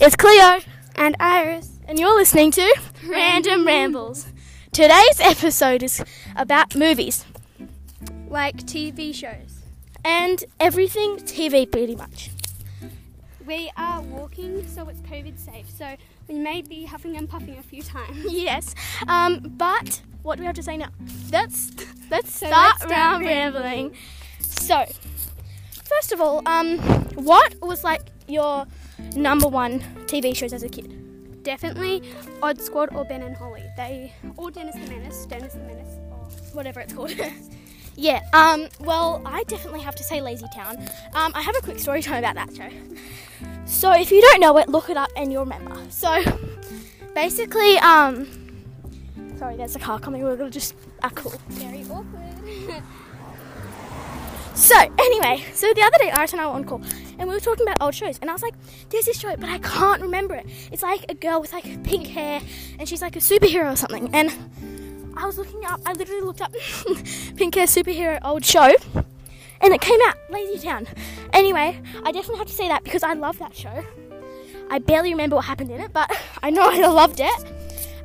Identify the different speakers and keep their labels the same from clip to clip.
Speaker 1: It's Cleo,
Speaker 2: and Iris.
Speaker 1: and you're listening to Random Rambles. Today's episode is about movies
Speaker 2: Like TV shows.
Speaker 1: and everything TV, pretty much.
Speaker 2: We are walking, so it's COVID safe. So we may be huffing and puffing a few times.
Speaker 1: Yes, um, but what do we have to say now? Let's let's
Speaker 2: So
Speaker 1: start
Speaker 2: let's start
Speaker 1: round
Speaker 2: rambling.
Speaker 1: rambling. So, first of all, um, what was like your number one TV shows as a kid?
Speaker 2: Definitely Odd Squad or Ben and Holly. They or Dennis the Menace, Dennis the Menace, or whatever it's called.
Speaker 1: Yeah. Um, well, I definitely have to say Lazy Town. Um, I have a quick story time about that show. So if you don't know it, look it up and you'll remember. So basically, um, sorry, there's a car coming. We're gonna just act cool.
Speaker 2: Very awkward.
Speaker 1: So, anyway, so the other day, Iris and I were on call, and we were talking about old shows, and I was like, there's this show, but I can't remember it. It's like a girl with like pink hair, and she's like a superhero or something. And I was looking up, I literally looked up pink hair superhero old show, and it came out, Lazy Town. Anyway, I definitely have to say that because I love that show. I barely remember what happened in it, but I know I loved it.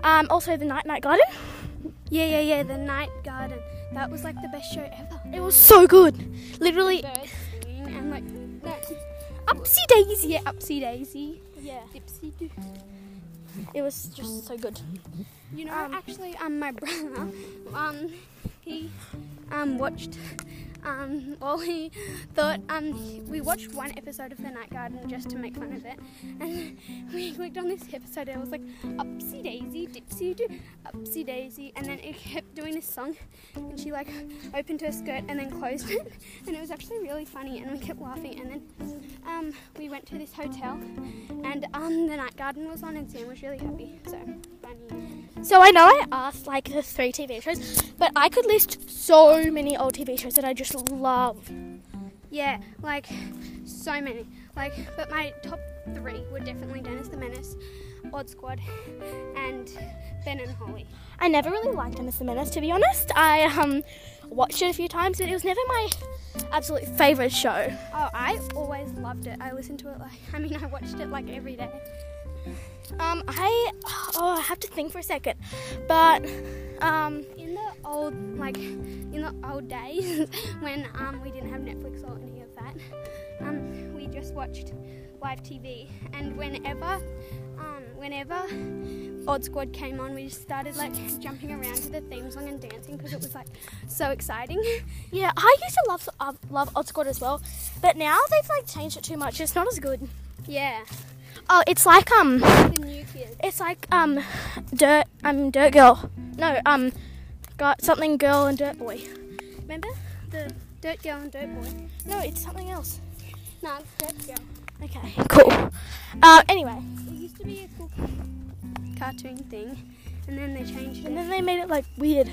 Speaker 1: Um, also, The Night Night Garden.
Speaker 2: yeah, yeah, yeah. The Night Garden. That was like the best show ever.
Speaker 1: It was so good. Literally,
Speaker 2: Birds singing and like that.
Speaker 1: upsy daisy.
Speaker 2: Yeah, upsy daisy,
Speaker 1: Yeah,
Speaker 2: dipsy doo.
Speaker 1: it was just so good.
Speaker 2: You know,
Speaker 1: Um,
Speaker 2: actually, um, my brother, um, he, um, watched, um, well, he thought, um, he- we watched one episode of The Night Garden just to make fun of it, and we clicked on this episode and it was like, upsy daisy, dipsy doo, upsy daisy, and then it kept doing this song, and she like opened her skirt and then closed it, and it was actually really funny, and we kept laughing, and then, um, we went to this hotel, and um, The Night Garden was on, and Sam was really happy, so funny.
Speaker 1: So I know I asked like the three TV shows, but I could list so many old TV shows that I just love.
Speaker 2: Yeah, like so many. Like, but my top three were definitely Dennis the Menace, Odd Squad, and Ben and Holly.
Speaker 1: I never really liked Dennis the Menace to be honest. I um watched it a few times, but it was never my absolute favorite show.
Speaker 2: Oh, I always loved it. I listened to it like, I mean, I watched it like every day.
Speaker 1: Um, I oh I have to think for a second, but um
Speaker 2: In the old, like, in the old days when um, we didn't have Netflix or any of that, um, we just watched live TV. And whenever, um, whenever Odd Squad came on, we just started like jumping around to the theme song and dancing because it was like so exciting.
Speaker 1: yeah I used to love uh, love Odd Squad as well, but now they've like changed it too much. It's not as good.
Speaker 2: Yeah,
Speaker 1: Oh, it's like um
Speaker 2: the new kids.
Speaker 1: It's like um, dirt um dirt girl. No um, got something girl and dirt boy. Remember?
Speaker 2: The Dirt Girl and Dirt Boy.
Speaker 1: No, it's something else.
Speaker 2: No, it's Dirt Girl.
Speaker 1: Okay. Cool. Uh, anyway,
Speaker 2: It used to be a cool cartoon thing, and then they changed
Speaker 1: and
Speaker 2: it.
Speaker 1: then they made it like weird.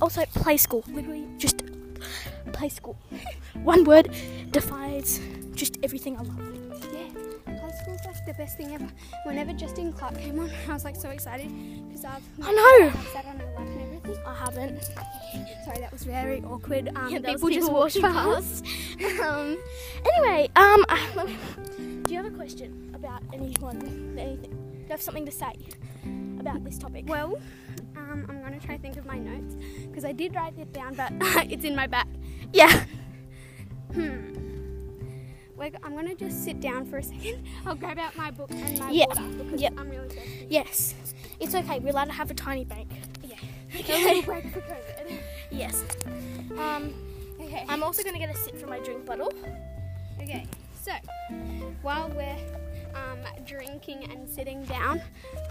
Speaker 1: Also, play school. Literally, just play school. One word defines just everything I love.
Speaker 2: Yeah, high school's like the best thing ever. Whenever Justin Clark came on, I was like so excited because I've
Speaker 1: I know.
Speaker 2: I've sat on her lap and everything.
Speaker 1: I haven't.
Speaker 2: Sorry, that was very awkward. Um,
Speaker 1: Yeah, that was
Speaker 2: people just
Speaker 1: people
Speaker 2: walked
Speaker 1: walking
Speaker 2: past.
Speaker 1: Um. Anyway, um, do you have a question about anyone? Anything? Do you have something to say about this topic?
Speaker 2: well, um, I'm gonna try to think of my notes because I did write it down, but it's in my back.
Speaker 1: Yeah.
Speaker 2: Hmm. Like, I'm gonna just sit down for a second. I'll grab out my book and my
Speaker 1: Yeah,
Speaker 2: water because
Speaker 1: yeah.
Speaker 2: I'm really thirsty.
Speaker 1: Yes. It's okay. We're allowed to have a tiny break.
Speaker 2: Yeah. A little
Speaker 1: Okay.
Speaker 2: break for COVID.
Speaker 1: yes. Um,
Speaker 2: Okay.
Speaker 1: I'm also gonna get a sip from my drink bottle.
Speaker 2: Okay, so while we're um, drinking and sitting down,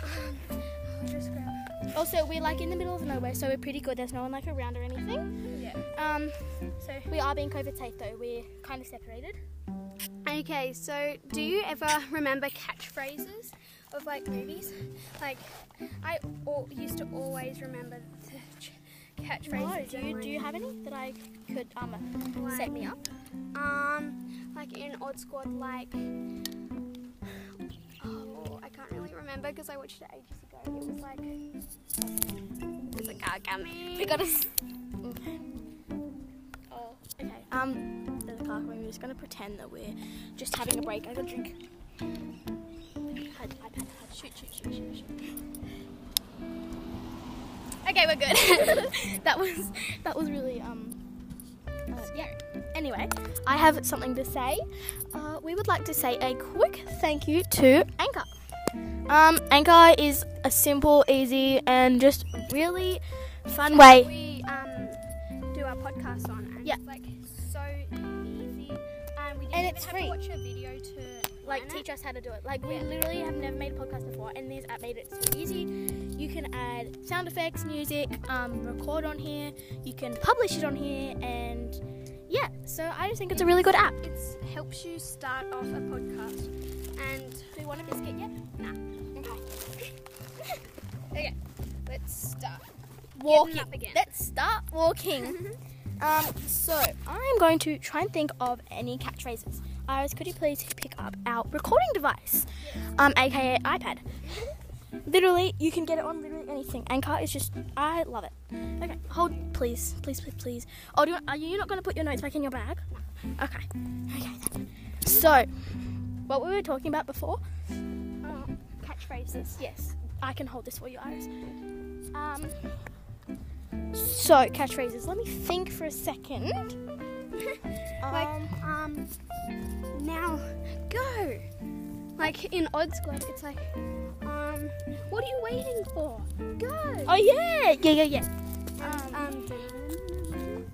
Speaker 2: um, I'll just grab.
Speaker 1: Also, we're like in the middle of nowhere, so we're pretty good. There's no one like around or anything.
Speaker 2: Yeah.
Speaker 1: Um,
Speaker 2: So
Speaker 1: we are being COVID safe though. We're kind of separated.
Speaker 2: okay, so do you ever remember catchphrases of like movies? Like I al- used to always remember the ch-
Speaker 1: No,
Speaker 2: catchphrases.
Speaker 1: do
Speaker 2: in
Speaker 1: you
Speaker 2: my
Speaker 1: do you have any that I could um set me up?
Speaker 2: Um, like in Odd Squad, like. Oh, I can't really remember because I watched it ages ago. It was like. It was like, ah, gummy.
Speaker 1: We gotta. s- Oh, okay. Um, there's a car coming. We're just gonna pretend that we're just having a break. I got a drink. iPad, iPad, iPad. Shoot, shoot, shoot, shoot, shoot.
Speaker 2: Okay, we're good.
Speaker 1: That was that was really um. Uh, yeah. Anyway, I have something to say. Uh, we would like to say a quick thank you to Anchor. Um, Anchor is a simple, easy, and just really fun way
Speaker 2: we um, do our podcast on. And
Speaker 1: Yeah.
Speaker 2: It's like so easy. Um,
Speaker 1: And
Speaker 2: we didn't even
Speaker 1: it's
Speaker 2: have
Speaker 1: free.
Speaker 2: to watch a video to
Speaker 1: like
Speaker 2: learn it.
Speaker 1: teach us how to do it. Like we literally have never made a podcast before, and this app made it so easy. You can add sound effects, music, um, record on here. You can publish it on here, and yeah. So I just think it's a really good app.
Speaker 2: It helps you start off a podcast. And
Speaker 1: Do you want a biscuit yet?
Speaker 2: nah. Okay. okay. Let's start.
Speaker 1: Walking.
Speaker 2: up again.
Speaker 1: Let's start walking. um, so I'm going to try and think of any catchphrases. Iris, could you please pick up our recording device, um, aka iPad? literally, you can get it on literally anything. Anchor is just, I love it. Okay, hold, please, please, please, please. Oh, do you, are you not going to put your notes back in your bag? Okay, okay. Then. So, what we were talking about before?
Speaker 2: Uh, catchphrases.
Speaker 1: Yes, I can hold this for you, Iris. Um, so catchphrases. Let me think for a second.
Speaker 2: Like,
Speaker 1: Um,
Speaker 2: um, now go. Like in Odd Squad, it's like, um, what are you waiting for? Go.
Speaker 1: oh yeah, yeah, yeah, yeah.
Speaker 2: Um, um,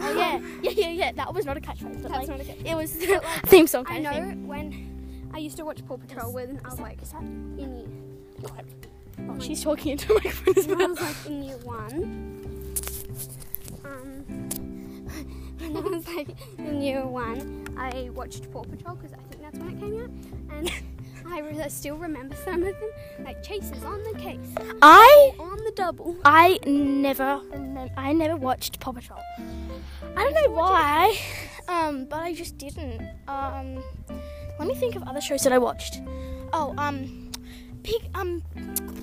Speaker 1: Oh yeah, yeah, yeah, yeah. That was not a catchphrase, but like
Speaker 2: That's not a catchphrase.
Speaker 1: it was
Speaker 2: But, like,
Speaker 1: theme song.
Speaker 2: I
Speaker 1: Kind Of
Speaker 2: know
Speaker 1: thing.
Speaker 2: when I used to watch Paw Patrol
Speaker 1: Is-
Speaker 2: when I
Speaker 1: is
Speaker 2: was
Speaker 1: that-
Speaker 2: like
Speaker 1: is that-
Speaker 2: in year
Speaker 1: Oh, she's talking into the microphone as
Speaker 2: when I
Speaker 1: well.
Speaker 2: was like in year one. Um, when I was like in year one, I watched Paw Patrol because I think that's when it came out, and I, re- I still remember some of them. Like Chase is on the case,
Speaker 1: I
Speaker 2: on the double.
Speaker 1: I never remem- I never watched Paw Patrol. I don't know why, um, but I just didn't. Um, let me think of other shows that I watched. Oh, um, pig, um,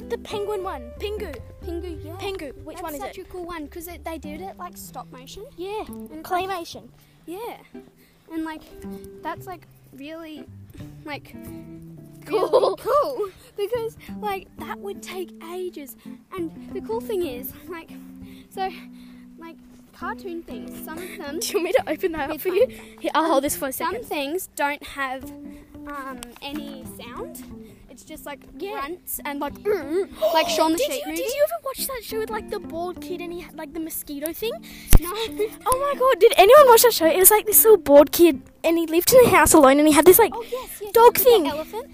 Speaker 1: the penguin one, Pingu,
Speaker 2: Pingu, yeah.
Speaker 1: Pingu. Which
Speaker 2: that's
Speaker 1: one is
Speaker 2: such
Speaker 1: it?
Speaker 2: a cool one because they did it like stop motion.
Speaker 1: yeah,
Speaker 2: And it's like-
Speaker 1: claymation.
Speaker 2: Yeah, and like that's like really like
Speaker 1: Cool.
Speaker 2: really cool because like that would take ages. And the cool thing is like so like cartoon things. Some of them,
Speaker 1: Do you want me to open that up
Speaker 2: It's
Speaker 1: for
Speaker 2: fine,
Speaker 1: you?
Speaker 2: it's
Speaker 1: Here, I'll hold this for a
Speaker 2: some
Speaker 1: second.
Speaker 2: things don't have um, any sound. It's just like
Speaker 1: Yeah.
Speaker 2: grunts and like like Shaun the
Speaker 1: did
Speaker 2: Sheep
Speaker 1: you,
Speaker 2: movie.
Speaker 1: Did you ever watch that show with like the bald kid and he had like the mosquito thing?
Speaker 2: No.
Speaker 1: Oh my god, did anyone watch that show? It was like this little bald kid and he lived in the house alone and he had this like
Speaker 2: Oh yes, yes.
Speaker 1: dog
Speaker 2: the
Speaker 1: thing.
Speaker 2: Elephant.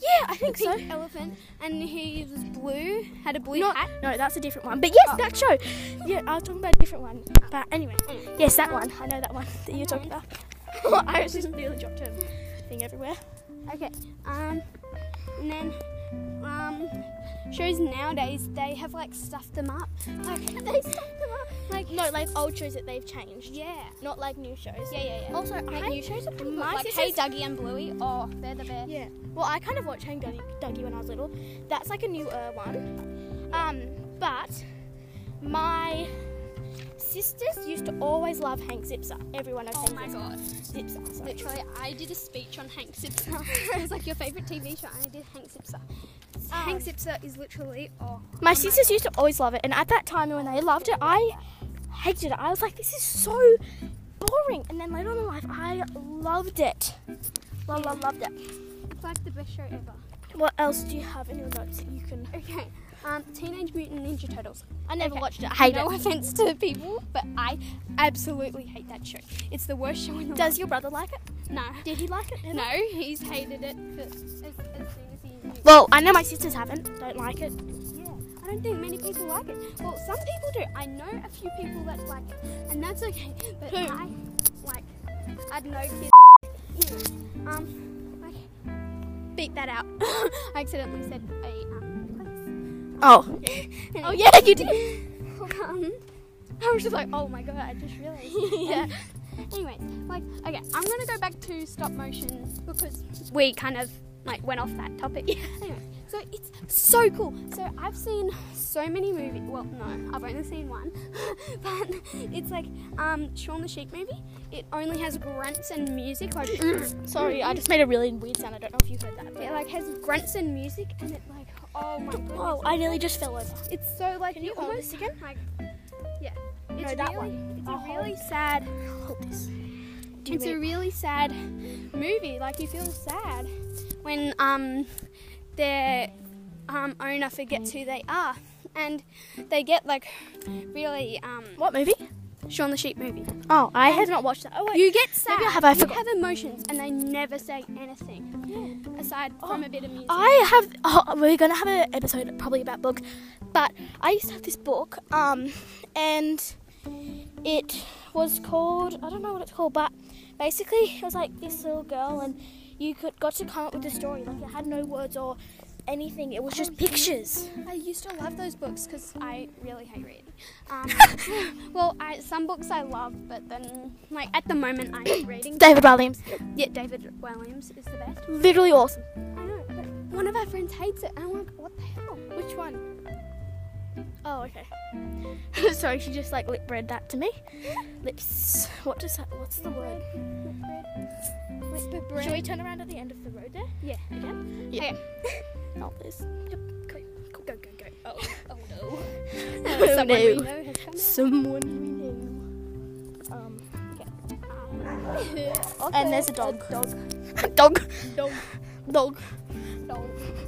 Speaker 1: Yeah, I think
Speaker 2: the
Speaker 1: so.
Speaker 2: pink Elephant, and he was blue. Had a blue
Speaker 1: Not,
Speaker 2: hat.
Speaker 1: no, that's a different one. But yes,
Speaker 2: Oh.
Speaker 1: that show. Yeah, I was talking about a different one. But anyway, yes, that one. I know that one that you're talking about. I was just nearly dropped her thing everywhere.
Speaker 2: Okay. Um, and then um, shows nowadays they have like stuffed them up. Like they stuffed them up. Like
Speaker 1: No, like old shows that they've changed.
Speaker 2: yeah,
Speaker 1: Not like new shows.
Speaker 2: yeah, yeah, yeah.
Speaker 1: Also,
Speaker 2: like
Speaker 1: I
Speaker 2: new shows are pretty good.
Speaker 1: my
Speaker 2: Like Hey
Speaker 1: sister's-
Speaker 2: Dougie and Bluey. Oh, they're the best.
Speaker 1: Yeah. Well, I kind of watched Hang Dougie, Dougie when I was little. That's like a newer one. Um, but my sisters used to always love Hank Zipser. Everyone knows
Speaker 2: Oh
Speaker 1: Hank
Speaker 2: my
Speaker 1: Zipser.
Speaker 2: god.
Speaker 1: Zipser. sorry.
Speaker 2: Literally, I did a speech on Hank Zipser. it was like your favorite TV show, and I did Hank Zipser. Hank Zipser is literally oh.
Speaker 1: Um, My sisters used to always love it, and at that time when they loved it, I hated it. I was like, this is so boring. And then later on in life, I loved it. Love, love, loved it.
Speaker 2: It's like the best show ever.
Speaker 1: What else do you have in your notes that you can?
Speaker 2: Okay. Um, Teenage Mutant Ninja Turtles.
Speaker 1: I never
Speaker 2: Okay.
Speaker 1: watched it. I hate
Speaker 2: no
Speaker 1: it.
Speaker 2: offense to people, but I absolutely hate that show. It's the worst show in the
Speaker 1: Does your brother like it?
Speaker 2: world. No.
Speaker 1: Did he like it?
Speaker 2: No, he's hated it for as, as soon as he knew.
Speaker 1: Well, I know my sisters haven't. Don't like it.
Speaker 2: Yeah, I don't think many people like it. Well, some people do. I know a few people that like it, and that's okay. But
Speaker 1: Who?
Speaker 2: I like, I don't know kids. um, like, beat that out. I accidentally said a um.
Speaker 1: Oh.
Speaker 2: place.
Speaker 1: Oh
Speaker 2: Anyway.
Speaker 1: yeah, you did.
Speaker 2: Um, I was just like, oh my god, I just realized.
Speaker 1: Yeah.
Speaker 2: And anyways, like, okay, I'm gonna go back to stop motion because we kind of like went off that topic. Anyway, So it's so cool. So I've seen so many movies. Well, no, I've only seen one, but it's like um, Shaun the Sheep movie. It only has grunts and music. Like,
Speaker 1: Sorry, I just made a really weird sound. I don't know if you heard that.
Speaker 2: it like has grunts and music, and it like oh my goodness.
Speaker 1: Whoa, I nearly just fell over.
Speaker 2: It's so like
Speaker 1: Can you hold
Speaker 2: almost
Speaker 1: this again?
Speaker 2: like yeah. It's
Speaker 1: No, that
Speaker 2: really,
Speaker 1: one.
Speaker 2: It's
Speaker 1: I'll
Speaker 2: a really
Speaker 1: hold.
Speaker 2: sad.
Speaker 1: Hold this. Do
Speaker 2: It's
Speaker 1: it.
Speaker 2: a really sad movie. Like you feel sad when um their um owner forgets who they are, and they get like really um
Speaker 1: what movie?
Speaker 2: Shaun the Sheep movie.
Speaker 1: Oh, I have not watched that. Oh wait.
Speaker 2: You get sad.
Speaker 1: Maybe I have. I
Speaker 2: you
Speaker 1: forgot.
Speaker 2: have emotions, and they never say anything aside from
Speaker 1: Oh.
Speaker 2: a bit of music.
Speaker 1: I have. Oh, we're gonna have an episode probably about books, but I used to have this book, um, and it was called I don't know what it's called, but basically it was like this little girl, and you could got to come up with a story. Like it had no words or anything. It was just pictures.
Speaker 2: I used to love those books because I really hate reading. Um, well, I, some books I love, but then, like, at the moment, I hate reading.
Speaker 1: David Williams,
Speaker 2: Yeah, David Williams is the best.
Speaker 1: literally awesome.
Speaker 2: I know, but one of our friends hates it, and I'm like, what the hell?
Speaker 1: Which one? Oh, okay. Sorry, she just like lip read that to me. Lips. What does that? What's the word?
Speaker 2: Lip
Speaker 1: Should we turn around at the end of the road there?
Speaker 2: Yeah.
Speaker 1: Again?
Speaker 2: Yeah.
Speaker 1: Not this. Yep. Go, go, go, go, go.
Speaker 2: Oh, oh no.
Speaker 1: Oh,
Speaker 2: Someone
Speaker 1: no.
Speaker 2: we know has come
Speaker 1: Someone we know. Um,
Speaker 2: out. Um,
Speaker 1: And there's a dog. dog. dog.
Speaker 2: Dog.
Speaker 1: Dog.
Speaker 2: Dog. Uh,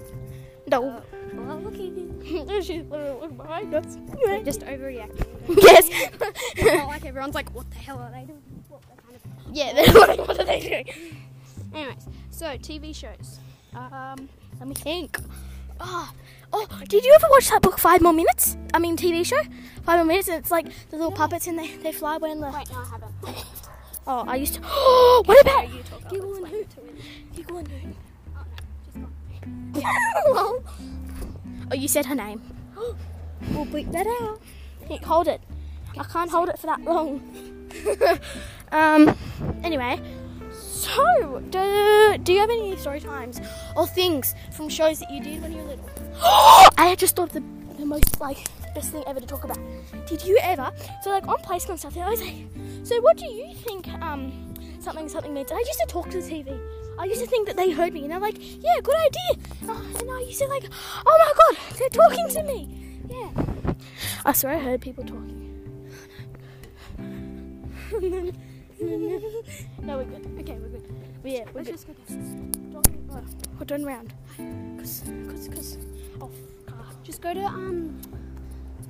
Speaker 1: Dog.
Speaker 2: Well, looking.
Speaker 1: She's literally behind us.
Speaker 2: Just overreacting.
Speaker 1: yes.
Speaker 2: It's not like everyone's like, what the hell are they doing? What the kind of
Speaker 1: yeah. They're like, what are they doing?
Speaker 2: Anyways, so TV shows. Um,
Speaker 1: Let me think. Oh, oh, did you ever watch that book, Five More Minutes? I mean, TV show? Five More Minutes, and it's like the little puppets and they, they fly away in the.
Speaker 2: wait, no, I haven't.
Speaker 1: Oh, I used to. Oh, what about.
Speaker 2: you talk. I'll
Speaker 1: Giggle and
Speaker 2: explain
Speaker 1: Hoot?
Speaker 2: it to you.
Speaker 1: Giggle and Hoot.
Speaker 2: Oh no, just gone.
Speaker 1: oh, you said her name. we'll bleep that out. Nick, hold it. I can't hold it for that long. um. Anyway, so do, do you have any story times or things from shows that you did when you were little? I just thought of the, the most like best thing ever to talk about. Did you ever? So like on placement and stuff, they always like. So what do you think? Um, something something means. And I used to talk to the TV. I used to think that they heard me, and they're like, "Yeah, good idea." And I- And I used to like, "Oh my god, they're talking to me!" Yeah. I swear I heard people talking. no, we're good.
Speaker 2: Okay, we're good.
Speaker 1: But yeah, we're
Speaker 2: Let's
Speaker 1: good.
Speaker 2: just go down.
Speaker 1: Oh, we're done round. Cause, cause, cause. Oh, ah.
Speaker 2: Just go to um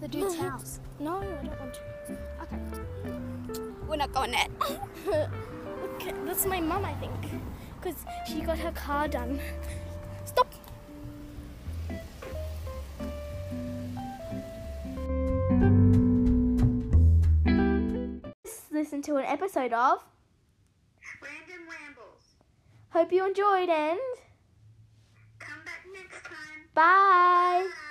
Speaker 2: the dude's
Speaker 1: No.
Speaker 2: house.
Speaker 1: no, I don't want to.
Speaker 2: Okay. We're not going there.
Speaker 1: Look, that's my mum, I think, because she got her car done. Stop. Listen to an episode of.
Speaker 3: Random Rambles.
Speaker 1: Hope you enjoyed and
Speaker 3: Come back next time.
Speaker 1: bye.
Speaker 3: Bye.